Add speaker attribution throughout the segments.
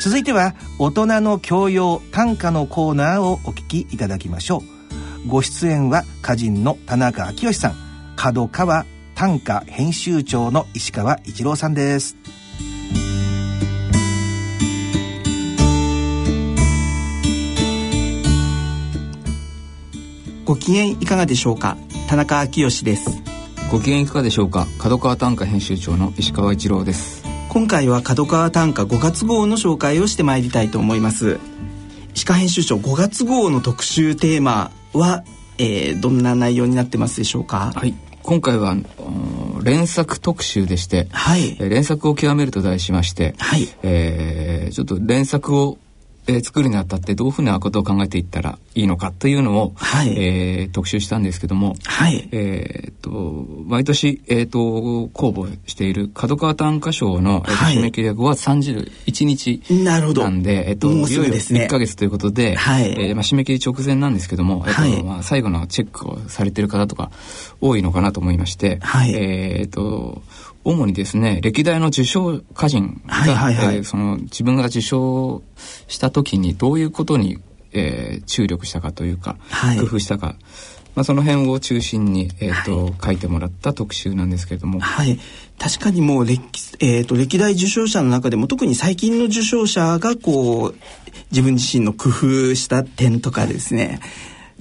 Speaker 1: 続いては大人の教養短歌のコーナーをお聞きいただきましょうご出演は歌人の田中昭義さん角川短歌編集長の石川一郎さんです
Speaker 2: ご機嫌いかがでしょうか田中昭義です
Speaker 3: ご機嫌いかがでしょうか角川短歌編集長の石川一郎です
Speaker 2: 今回は角川短歌5月号の紹介をしてまいりたいと思います石川編集長5月号の特集テーマは、えー、どんな内容になってますでしょうか
Speaker 3: はい今回は連作特集でして、
Speaker 2: はい、
Speaker 3: 連作を極めると題しまして、
Speaker 2: はい
Speaker 3: えー、ちょっと連作をえー、作るにあたってどういうふうなことを考えていったらいいのかというのを、
Speaker 2: はい、
Speaker 3: えー、特集したんですけども、
Speaker 2: はい
Speaker 3: えー、っと毎年、えー、っと公募している角川短歌賞の、えーはい、締め切りは5月31日なんで、
Speaker 2: えっと
Speaker 3: いよいよ
Speaker 2: 1
Speaker 3: か月ということで、
Speaker 2: はい、
Speaker 3: えまあ、締め切り直前なんですけども、えっと、はい、まあ、最後のチェックをされてる方とか多いのかなと思いまして、
Speaker 2: はい、
Speaker 3: えっと主にですね歴代の受賞歌人が、はいはいはい、えー、その自分が受賞した時にどういうことに、えー、注力したかというか、
Speaker 2: はい、
Speaker 3: 工夫したか、まあ、その辺を中心に、えーと、はい、書いてもらった特集なんですけれども。
Speaker 2: はい確かにもう歴,、えーと、と歴代受賞者の中でも特に最近の受賞者がこう自分自身の工夫した点とかですね、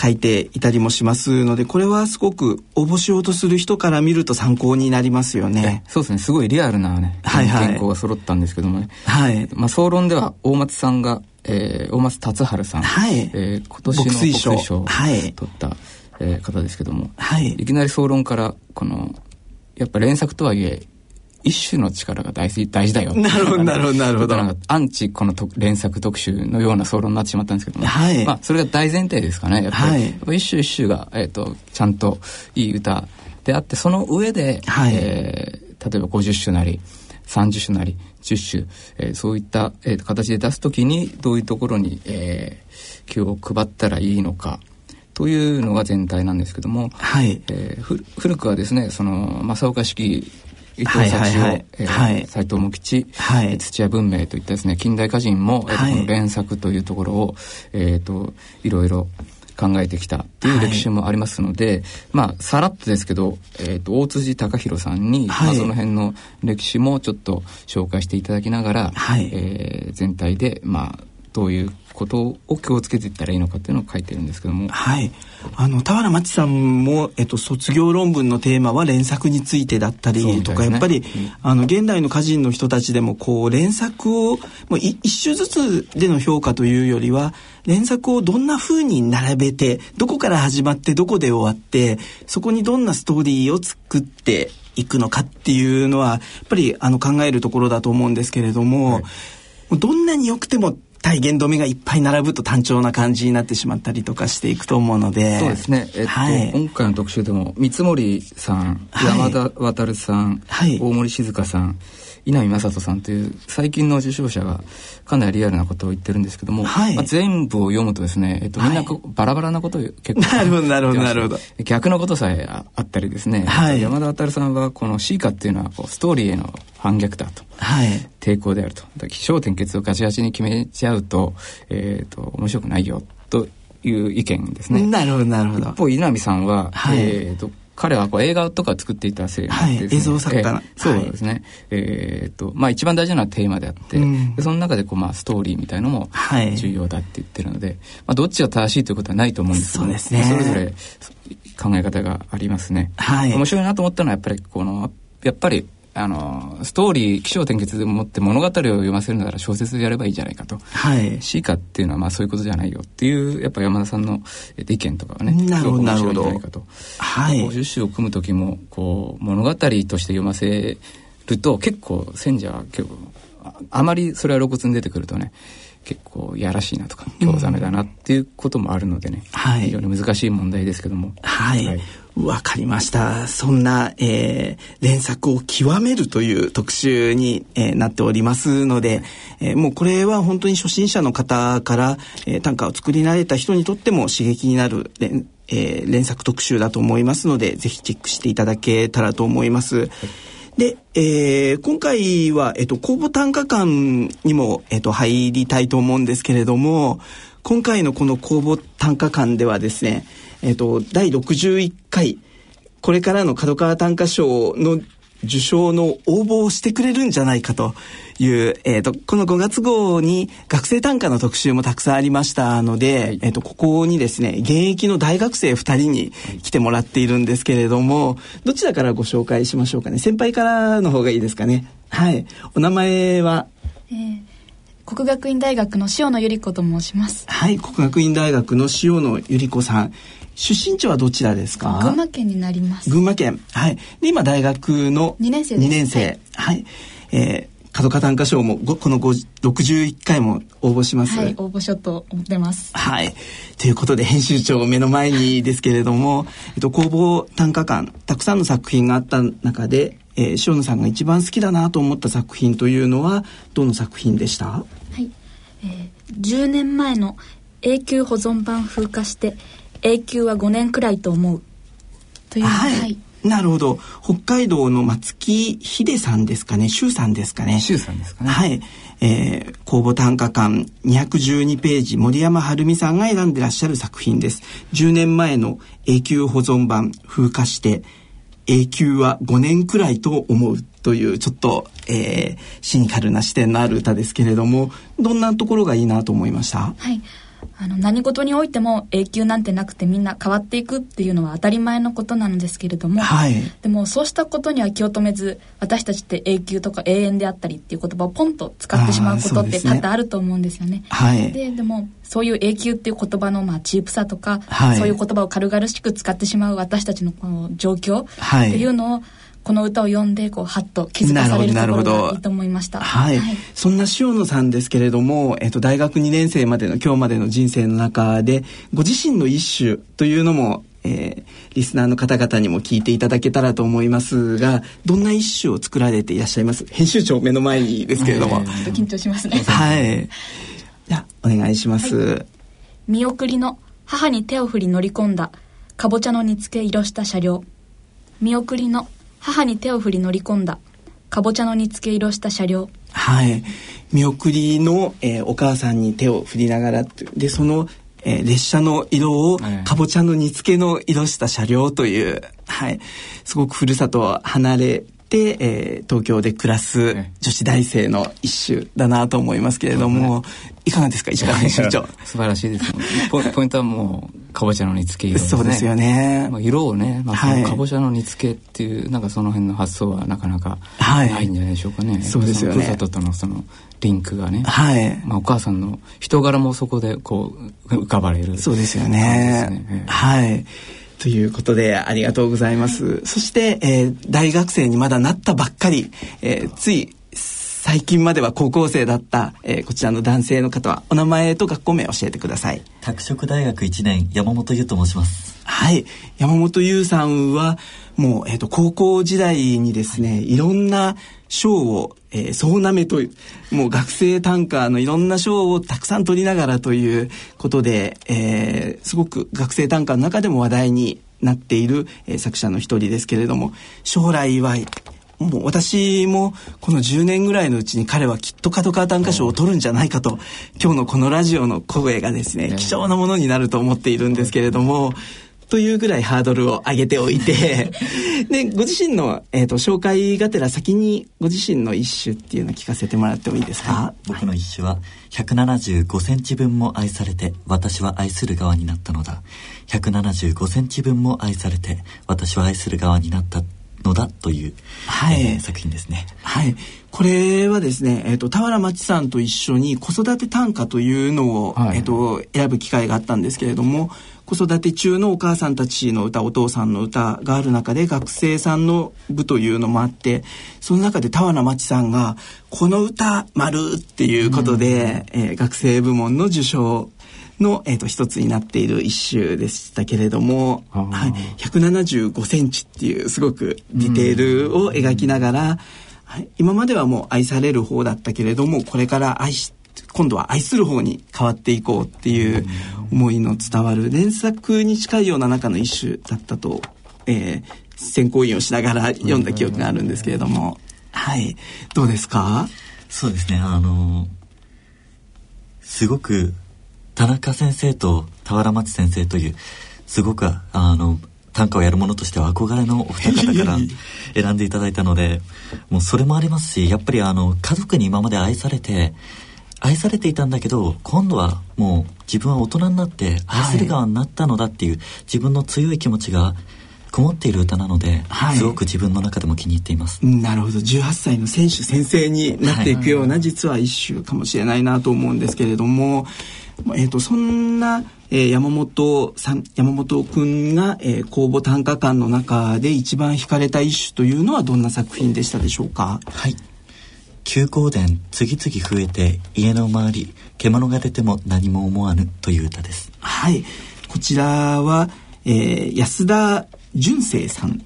Speaker 2: 書いていたりもしますのでこれはすごく応募しようとする人から見ると参考になりますよね。
Speaker 3: そうですねすごいリアルなね、
Speaker 2: 原稿、はいはい
Speaker 3: が揃ったんですけどもね、
Speaker 2: はい
Speaker 3: まあ、総論では大松さんが、えー、大松達治さん、
Speaker 2: はい
Speaker 3: えー、今年の
Speaker 2: 国
Speaker 3: 水賞
Speaker 2: を取
Speaker 3: った、はいえー、方ですけども、
Speaker 2: はい、
Speaker 3: いきなり総論からこのやっぱ連作とはいえ一種の力が大事大事だよ。
Speaker 2: なるほど、なるほど、なるほど。
Speaker 3: アンチこの連作特集のような総論になってしまったんですけども、
Speaker 2: はい、
Speaker 3: まあ、それが大前提ですかね。やっぱり、
Speaker 2: はい、
Speaker 3: ぱ一首一首が、えっ、ー、と、ちゃんといい歌であって、その上で、
Speaker 2: はい、
Speaker 3: えー、例えば50首なり、30首なり、10首、えー、そういった、えー、形で出すときに、どういうところに、えー、気を配ったらいいのか、というのが全体なんですけども、
Speaker 2: はい
Speaker 3: えー、古くはですね、その、正岡式伊藤幸雄、はいえーはい、斉藤茂吉、
Speaker 2: はい、
Speaker 3: 土屋文明といったですね近代歌人も、はい、この連作というところを、えーと、といろいろ考えてきたという歴史もありますので、はい、まあさらっとですけど、えーと、と大辻隆弘さんに、まあ、その辺の歴史もちょっと紹介していただきながら、
Speaker 2: はい
Speaker 3: えー、全体でまあどういうことを気をつけていったらいいのかっていうのを書いてるんですけども。
Speaker 2: はい。あの、田原町さんも、えっと、卒業論文のテーマは連作についてだったりとか、ね、やっぱり、うん、あの、現代の歌人の人たちでも、こう、連作を、もう一首ずつでの評価というよりは、連作をどんな風に並べて、どこから始まって、どこで終わって、そこにどんなストーリーを作って、いくのかっていうのはやっぱりあの考えるところだと思うんですけれども、はい、どんなに良くても対言止めがいっぱい並ぶと単調な感じになってしまったりとかしていくと思うので
Speaker 3: そうですね、えっと、
Speaker 2: はい、
Speaker 3: 今回の特集でも三森さん、、
Speaker 2: はい
Speaker 3: 山田渉さん、
Speaker 2: はい、
Speaker 3: 大森静香さん稲見正人さんという最近の受賞者がかなりリアルなことを言ってるんですけども、
Speaker 2: はい、
Speaker 3: まあ、全部を読むとですね、えっと、みんなバラバラなことを結構、
Speaker 2: なるほどなるほどなるほど
Speaker 3: 逆のことさえあったりですね、
Speaker 2: はい、
Speaker 3: 山田渉さんはこの「シーカっていうのはこうストーリーへの反逆だと、
Speaker 2: はい、
Speaker 3: 抵抗であると起承転結をガチガチに決めちゃうと,、えーと、と面白くないよという意見ですね。
Speaker 2: なるほどなるほど
Speaker 3: 一方稲見さんは、
Speaker 2: はい、
Speaker 3: えーと、と彼はこう映画とか作っていたせいで、ね
Speaker 2: はい、映像作家な、
Speaker 3: えー、そうですね、はい、えー、っとまあ一番大事なテーマであって、うん、その中でこう、まあ、ストーリーみたいのも重要だって言ってるので、はい、まあ、どっちが正しいということはないと思うんですけど
Speaker 2: そうです、ね、
Speaker 3: それぞれ考え方がありますね、
Speaker 2: はい、
Speaker 3: 面白いなと思ったのはやっぱりこのやっぱりあのストーリー起承転結でもって物語を読ませるなら小説でやればいいじゃないかと、
Speaker 2: はい、
Speaker 3: シーカっていうのはまあそういうことじゃないよっていうやっぱ山田さんの意見とかはね
Speaker 2: なるほどなるほど
Speaker 3: いいかと、
Speaker 2: はい、
Speaker 3: 50首を組む時もこう物語として読ませると結構選者は結構あまりそれは露骨に出てくるとね結構やらしいなとか興ざめだなっていうこともあるのでね、うん、
Speaker 2: はい、
Speaker 3: 非常に難しい問題ですけども
Speaker 2: はい、はいわかりました。そんな、えー、連作を極めるという特集に、えー、なっておりますので、えー、もうこれは本当に初心者の方から、えー、短歌を作り慣れた人にとっても刺激になる連、えー、連作特集だと思いますので、ぜひチェックしていただけたらと思います。で、えー、今回は、えっと、公募単価館にも、えっと、入りたいと思うんですけれども、今回のこの公募単価館ではですね、えっと、第61回、これからの角川単価賞の受賞の応募をしてくれるんじゃないかという、えっ、ー、と、この5月号に学生単価の特集もたくさんありましたので、はい、えっ、と、ここにですね、現役の大学生2人に来てもらっているんですけれども、どちらからご紹介しましょうかね。先輩からの方がいいですかね。はい。お名前は、
Speaker 4: えー国学院大学の塩野由里子と申します。
Speaker 2: はい、国学院大学の塩野由里子さん。出身地はどちらですか
Speaker 4: 群馬県になります。
Speaker 2: 群馬県。はい。で、今大学の
Speaker 4: 2年生です。
Speaker 2: 2年生。はい。えー角化単価賞もこの61回も応募します。
Speaker 4: はい、応募しようと思ってます。、
Speaker 2: はい。ということで編集長目の前にですけれども、えっと、公募単価館、たくさんの作品があった中で、えー、塩野さんが一番好きだなと思った作品というのはどの作品でしたはい
Speaker 4: えー、10年前の永久保存版風化して永久は5年くらいと思うという
Speaker 2: はい、はい、なるほど北海道の松木秀さんですかね周さんですかね
Speaker 3: 周さんですかね
Speaker 2: はいえー、公募短歌館212ページ森山晴美さんが選んでらっしゃる作品です10年前の永久保存版風化して永久は5年くらいと思うというちょっと、えー、シニカルな視点のある歌ですけれどもどんなところがいいなと思いました
Speaker 4: はいあの何事においても永久なんてなくてみんな変わっていくっていうのは当たり前のことなんですけれども、
Speaker 2: はい、
Speaker 4: でもそうしたことには気を止めず私たちって永久とか永遠であったりっていう言葉をポンと使ってしまうことって多々あると思うんですよね。
Speaker 2: はい、
Speaker 4: ででもそういう永久っていう言葉のまあチープさとか、はい、そういう言葉を軽々しく使ってしまう私たちのこの状況っていうのを、この歌を読んでこうハッと気づかされるところがいいと思いました。
Speaker 2: はい、はい、そんな塩野さんですけれども、えっと大学2年生までの今日までの人生の中でご自身の一首というのも、えー、リスナーの方々にも聞いていただけたらと思いますが、どんな一首を作られていらっしゃいます。編集長目の前にですけれども、
Speaker 4: ちょっと緊張しますね。
Speaker 2: はい。じゃお願いします、はい、
Speaker 4: 見送りの母に手を振り乗り込んだかぼちゃの煮付け色した車両。見送りの母に手を振り乗り込んだかぼちゃの煮付け色した車両
Speaker 2: はい見送りの、えー、お母さんに手を振りながらでその、えー、列車の色を、かぼちゃの煮付けの色した車両という、はい、すごくふるさとを離れて、えー、東京で暮らす女子大生の一種だなと思いますけれども、いかがですか石川編集長
Speaker 3: 素晴らしいですポポイントはもうかぼちゃの煮付け色、ね、
Speaker 2: そうですよね、
Speaker 3: まあ、色をね、まあ、はい、かぼちゃの煮付けっていうなんかその辺の発想はなかなかないんじゃないでしょうかね、はい、
Speaker 2: そうですよね
Speaker 3: ふるさととのそのリンクがね、
Speaker 2: はい
Speaker 3: まあ、お母さんの人柄もそこでこう浮かばれる
Speaker 2: そうですよね、ね、はいということで、ありがとうございます。そして、えー、大学生にまだなったばっかり、えー、つい、最近までは高校生だった、えー、こちらの男性の方は、お名前と学校名を教えてください。
Speaker 5: 拓殖大学1年、山本優と申します。、
Speaker 2: はい。山本優さんは、もう、えっ、と、高校時代にですね、いろんな賞を、えー、総なめという、もう学生短歌のいろんな賞をたくさん取りながらということで、えー、すごく学生短歌の中でも話題になっている、えー、作者の一人ですけれども、将来は、もう私もこの10年ぐらいのうちに彼はきっと角川短歌賞を取るんじゃないかと、今日のこのラジオの声がですね、貴重なものになると思っているんですけれども、というぐらいハードルを上げておい てで、ご自身の、えーと、と紹介がてら先にご自身の一首っていうのを聞かせてもらってもいいですか、はい
Speaker 5: 僕の一首は、175センチ分も愛されて、私は愛する側になったのだ。175センチ分も愛されて、私は愛する側になったのだという、はい、えー、作品ですね。
Speaker 2: はい。これはですね、えっ、ー、と、田原町さんと一緒に子育て短歌というのを、はい、えっ、と、選ぶ機会があったんですけれども、子育て中のお母さんたちの歌、お父さんの歌がある中で、学生さんの部というのもあって、その中で田原町さんが、この歌、丸っていうことで、うん、えー、学生部門の受賞の、えーと、と一つになっている一首でしたけれども、はい、175センチっていうすごくディテールを描きながら、はい、今まではもう愛される方だったけれどもこれから愛し今度は愛する方に変わっていこうっていう思いの伝わる連作に近いような中の一首だったと、えー、選考委員をしながら読んだ記憶があるんですけれども、はい。どうですか
Speaker 5: そうですね、あの、すごく、田中先生と俵町先生という、すごく、あの、短歌をやる者としては憧れのお二方から選んでいただいたので、もうそれもありますし、やっぱりあの、家族に今まで愛されて、愛されていたんだけど、今度はもう自分は大人になって愛する側になったのだっていう、自分の強い気持ちがこもっている歌なので、はい、すごく自分の中でも気に入っています。
Speaker 2: なるほど。18歳の選手先生になっていくような、はい、実は一首かもしれないなと思うんですけれども、えっ、ー、と、そんな、えー、山本さん、山本くんが、えー、公募短歌館の中で一番惹かれた一首というのはどんな作品でしたでしょうか
Speaker 5: はい。休耕殿次々増えて家の周り獣が出ても何も思わぬという歌です。
Speaker 2: はい。こちらは、えー、安田純正さんで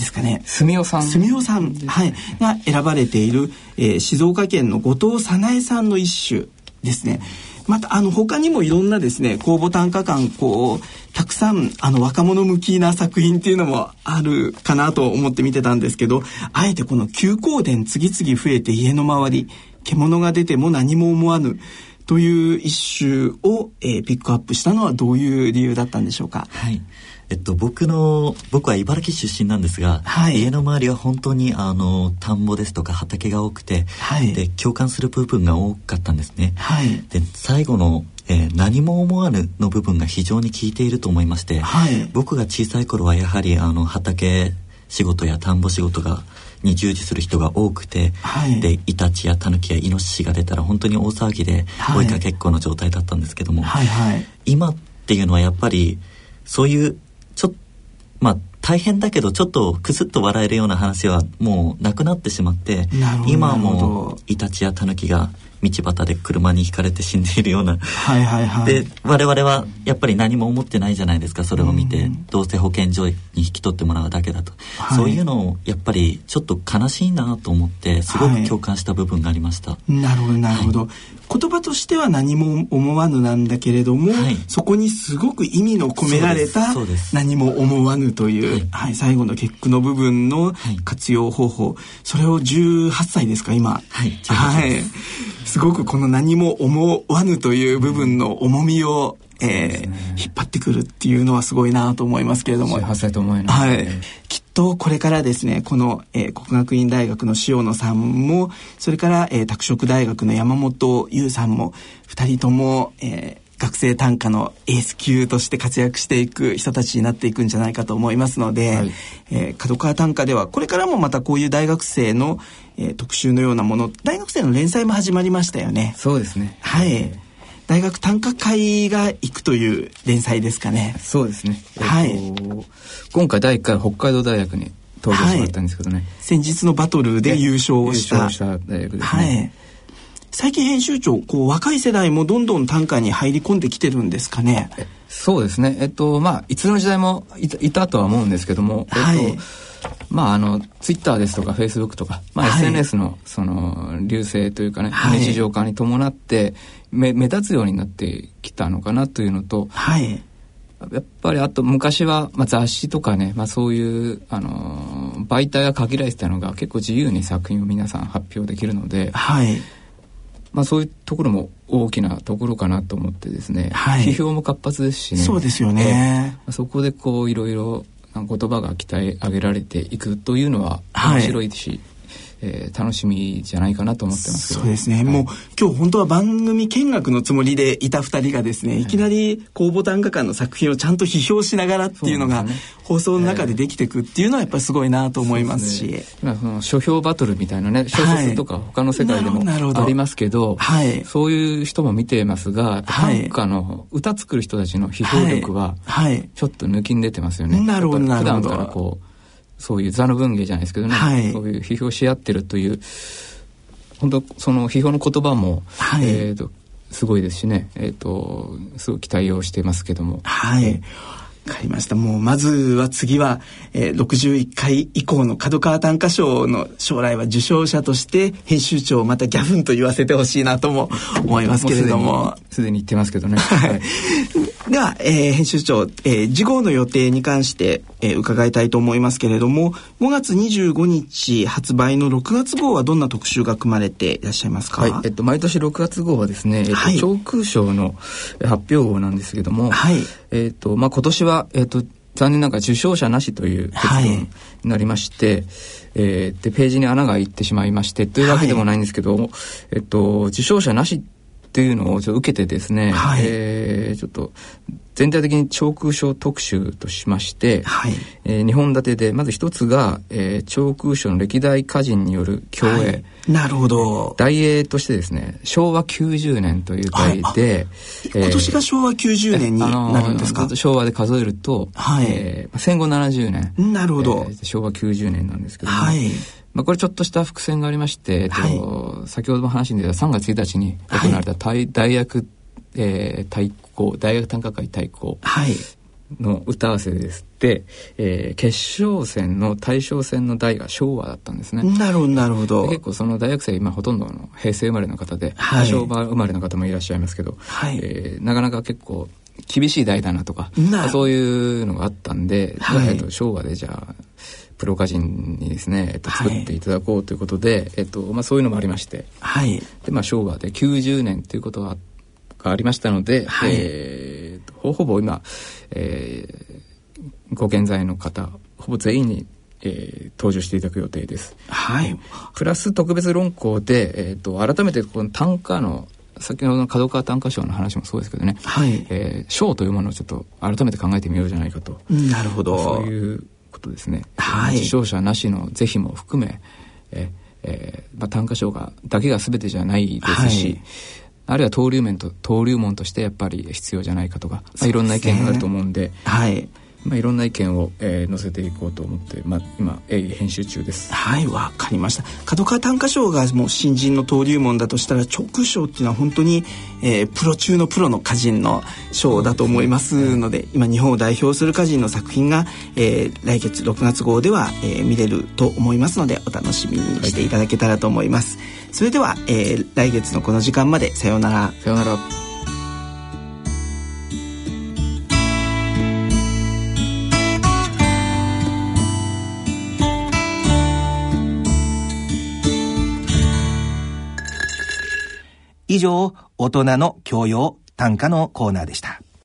Speaker 2: すかね。
Speaker 3: 住代さん。
Speaker 2: 住代さん、はい、が選ばれている、えー、静岡県の後藤早苗さんの一首ですね。また、あの、他にもいろんなですね、公募短歌館、こう、たくさん、あの、若者向きな作品っていうのもあるかなと思って見てたんですけど、あえてこの休校殿次々増えて家の周り、獣が出ても何も思わぬ、という一首を、えー、ピックアップしたのはどういう理由だったんでしょうか、
Speaker 5: はい。えっと、僕の、僕は茨城出身なんですが、はい、家の周りは本当に、あの、田んぼですとか畑が多くて、はい、で、共感する部分が多かったんですね。はい、で、最後の、えー、何も思わぬの部分が非常に効いていると思いまして、僕が小さい頃はやはり、あの、畑仕事や田んぼ仕事が、に従事する人が多くて、はい、でイタチやタヌキやイノシシが出たら本当に大騒ぎで、はい、追いかけっこの状態だったんですけども、はいはい、今っていうのはやっぱりそういうちょまあ大変だけどちょっとクスッと笑えるような話はもうなくなってしまって今はもうイタチやタヌキが道端で車にひかれて死んでいるような、はいはいはい、で我々はやっぱり何も思ってないじゃないですかそれを見て、うん、どうせ保健所に引き取ってもらうだけだと、はい、そういうのをやっぱりちょっと悲しいなと思ってすごく共感した部分がありました、はい
Speaker 2: なるほどなるほど、はい、言葉としては何も思わぬなんだけれども、そこにすごく意味の込められた何も思わぬという、はい最後の結句の部分の活用方法、それを18歳ですか今
Speaker 5: はい、
Speaker 2: はいすごくこの何も思わぬという部分の重みを、えー、ね、引っ張ってくるっていうのはすごいなと思いますけれども。、
Speaker 3: 18歳と思います
Speaker 2: ね、はい。きっとこれからですね、この、えー、国学院大学の塩野さんも、それから、えー、拓殖大学の山本優さんも、二人とも、えー、学生短歌のエース級として活躍していく人たちになっていくんじゃないかと思いますので、はい、えー、角川短歌ではこれからもまたこういう大学生の、えー、特集のようなもの大学生の連載も始まりましたよね
Speaker 3: そうですね
Speaker 2: はい、大学短歌会が行くという連載ですかね
Speaker 3: そうですね、
Speaker 2: えー、はい
Speaker 3: 今回第1回北海道大学に登場してもらったんですけどね、はい、
Speaker 2: 先日のバトルで優勝をした優
Speaker 3: 勝した大学ですね、はい
Speaker 2: 最近編集長こう若い世代もどんどん短歌に入り込んできてるんですかね
Speaker 3: そうですねえっとまあいつの時代もいたとは思うんですけども、はい、えっとまああのツイッターですとかフェイスブックとか、まあ、SNS の、はい、その流星というかね、はい、日常化に伴って目目立つようになってきたのかなというのと、
Speaker 2: はい、
Speaker 3: やっぱりあと昔は、まあ、雑誌とかね、まあ、そういう、あの媒体が限られてたのが結構自由に作品を皆さん発表できるので。
Speaker 2: はい
Speaker 3: まあ、そういうところも大きなところかなと思ってですね、
Speaker 2: はい、
Speaker 3: 批評も活発ですしね
Speaker 2: そうですよね、
Speaker 3: そこでこういろいろ言葉が鍛え上げられていくというのは面白いし、はい、えー、楽しみじゃないかなと思ってます
Speaker 2: そうですね、はい、もう今日本当は番組見学のつもりでいた2人がですね、はい、いきなり公募短歌館の作品をちゃんと批評しながらっていうのが、ね、放送の中でできていくっていうのはやっぱりすごいなと思いますし、
Speaker 3: ね、今その書評バトルみたいなね小説とか他の世界でもありますけど,
Speaker 2: はい、
Speaker 3: そういう人も見ていますが、はい、短歌の歌作る人たちの批評力はちょっと抜きん出てますよね。
Speaker 2: なるほどなるほ
Speaker 3: どからこうそういう座の文芸じゃないですけどね、
Speaker 2: はい、
Speaker 3: そういう批評し合ってるという、本当その批評の言葉も、
Speaker 2: はい、
Speaker 3: えっ、と、すごいですしね、えっ、ー、と、すごい期待をしていますけども。
Speaker 2: はい。わかりました。もう、まずは次は、えー、61回以降の角川短歌賞の将来は受賞者として、編集長をまたギャフンと言わせてほしいなとも思いますけれども。
Speaker 3: すでに言ってますけどね。はい。
Speaker 2: では、えー、編集長、えー、次号の予定に関して、えー、伺いたいと思いますけれども、5月25日発売の6月号はどんな特集が組まれていらっしゃいますか
Speaker 3: はい。えっと、毎年6月号はですね、えっと、はい、長空賞の発表号なんですけれども、はい。えっと、まあ、今年はえーと、と残念ながら受賞者なしという結論になりまして、はい、えー、でページに穴が開いてしまいましてというわけでもないんですけど、はい、えーと、と受賞者なしっていうのをちょっと受けてですね、はい、えー、ちょっと全体的に長空賞特集としまして、はい、えー、2本立てでまず一つが、えー、長空賞の歴代歌人による競泳、はい、
Speaker 2: なるほど
Speaker 3: 題英としてですね昭和90年という題で、
Speaker 2: はい、今年が昭和90年になるんですか、
Speaker 3: 昭和で数えると、はいえー、戦後70年
Speaker 2: なるほど、
Speaker 3: えー、昭和90年なんですけども、はいまあ、これちょっとした伏線がありまして、えっと先ほども話に出た3月1日に行われた大,、大学、えー、対抗大学短歌会対抗の歌合わせですって、えー、決勝戦の大賞戦の代が昭和だったんですね。
Speaker 2: なるほどなるほど。
Speaker 3: 結構その大学生今ほとんどの平成生まれの方で、はい、昭和生まれの方もいらっしゃいますけど、はい、えー、なかなか結構厳しい代だなとかそういうのがあったんで、はい、昭和でじゃあプロ歌人にですね、えっと、作っていただこうということで、はい、えっとまあ、そういうのもありまして、はいでまあ、昭和で90年ということがありましたので、はい、えー、ほぼ今、えー、ご健在の方ほぼ全員に、えー、登場していただく予定です。
Speaker 2: はい、
Speaker 3: プラス特別論考で、えーと、と改めてこの短歌の先ほどの角川短歌賞の話もそうですけどね、はいえー、賞というものをちょっと改めて考えてみようじゃないかと。
Speaker 2: なるほど
Speaker 3: そういうことですね、はい、受賞者なしの是非も含めえ、えー、まあ、短歌賞がだけが全てじゃないですし、はい、あるいは登竜門と登竜門としてやっぱり必要じゃないかとか、まあ、いろんな意見があると思うんで。
Speaker 2: はい
Speaker 3: まあ、いろんな意見を、えー、載せていこうと思って、まあ、今鋭意編集中です
Speaker 2: はいわかりました角川短歌賞がもう新人の登竜門だとしたら直賞っていうのは本当に、えー、プロ中のプロの歌人の賞だと思いますので、ね、今日本を代表する歌人の作品が、えー、来月6月号では、えー、見れると思いますのでお楽しみにしていただけたらと思います、はい、それでは、えー、来月のこの時間までさようなら
Speaker 3: さようなら
Speaker 1: 以上、大人の教養短歌のコーナーでした。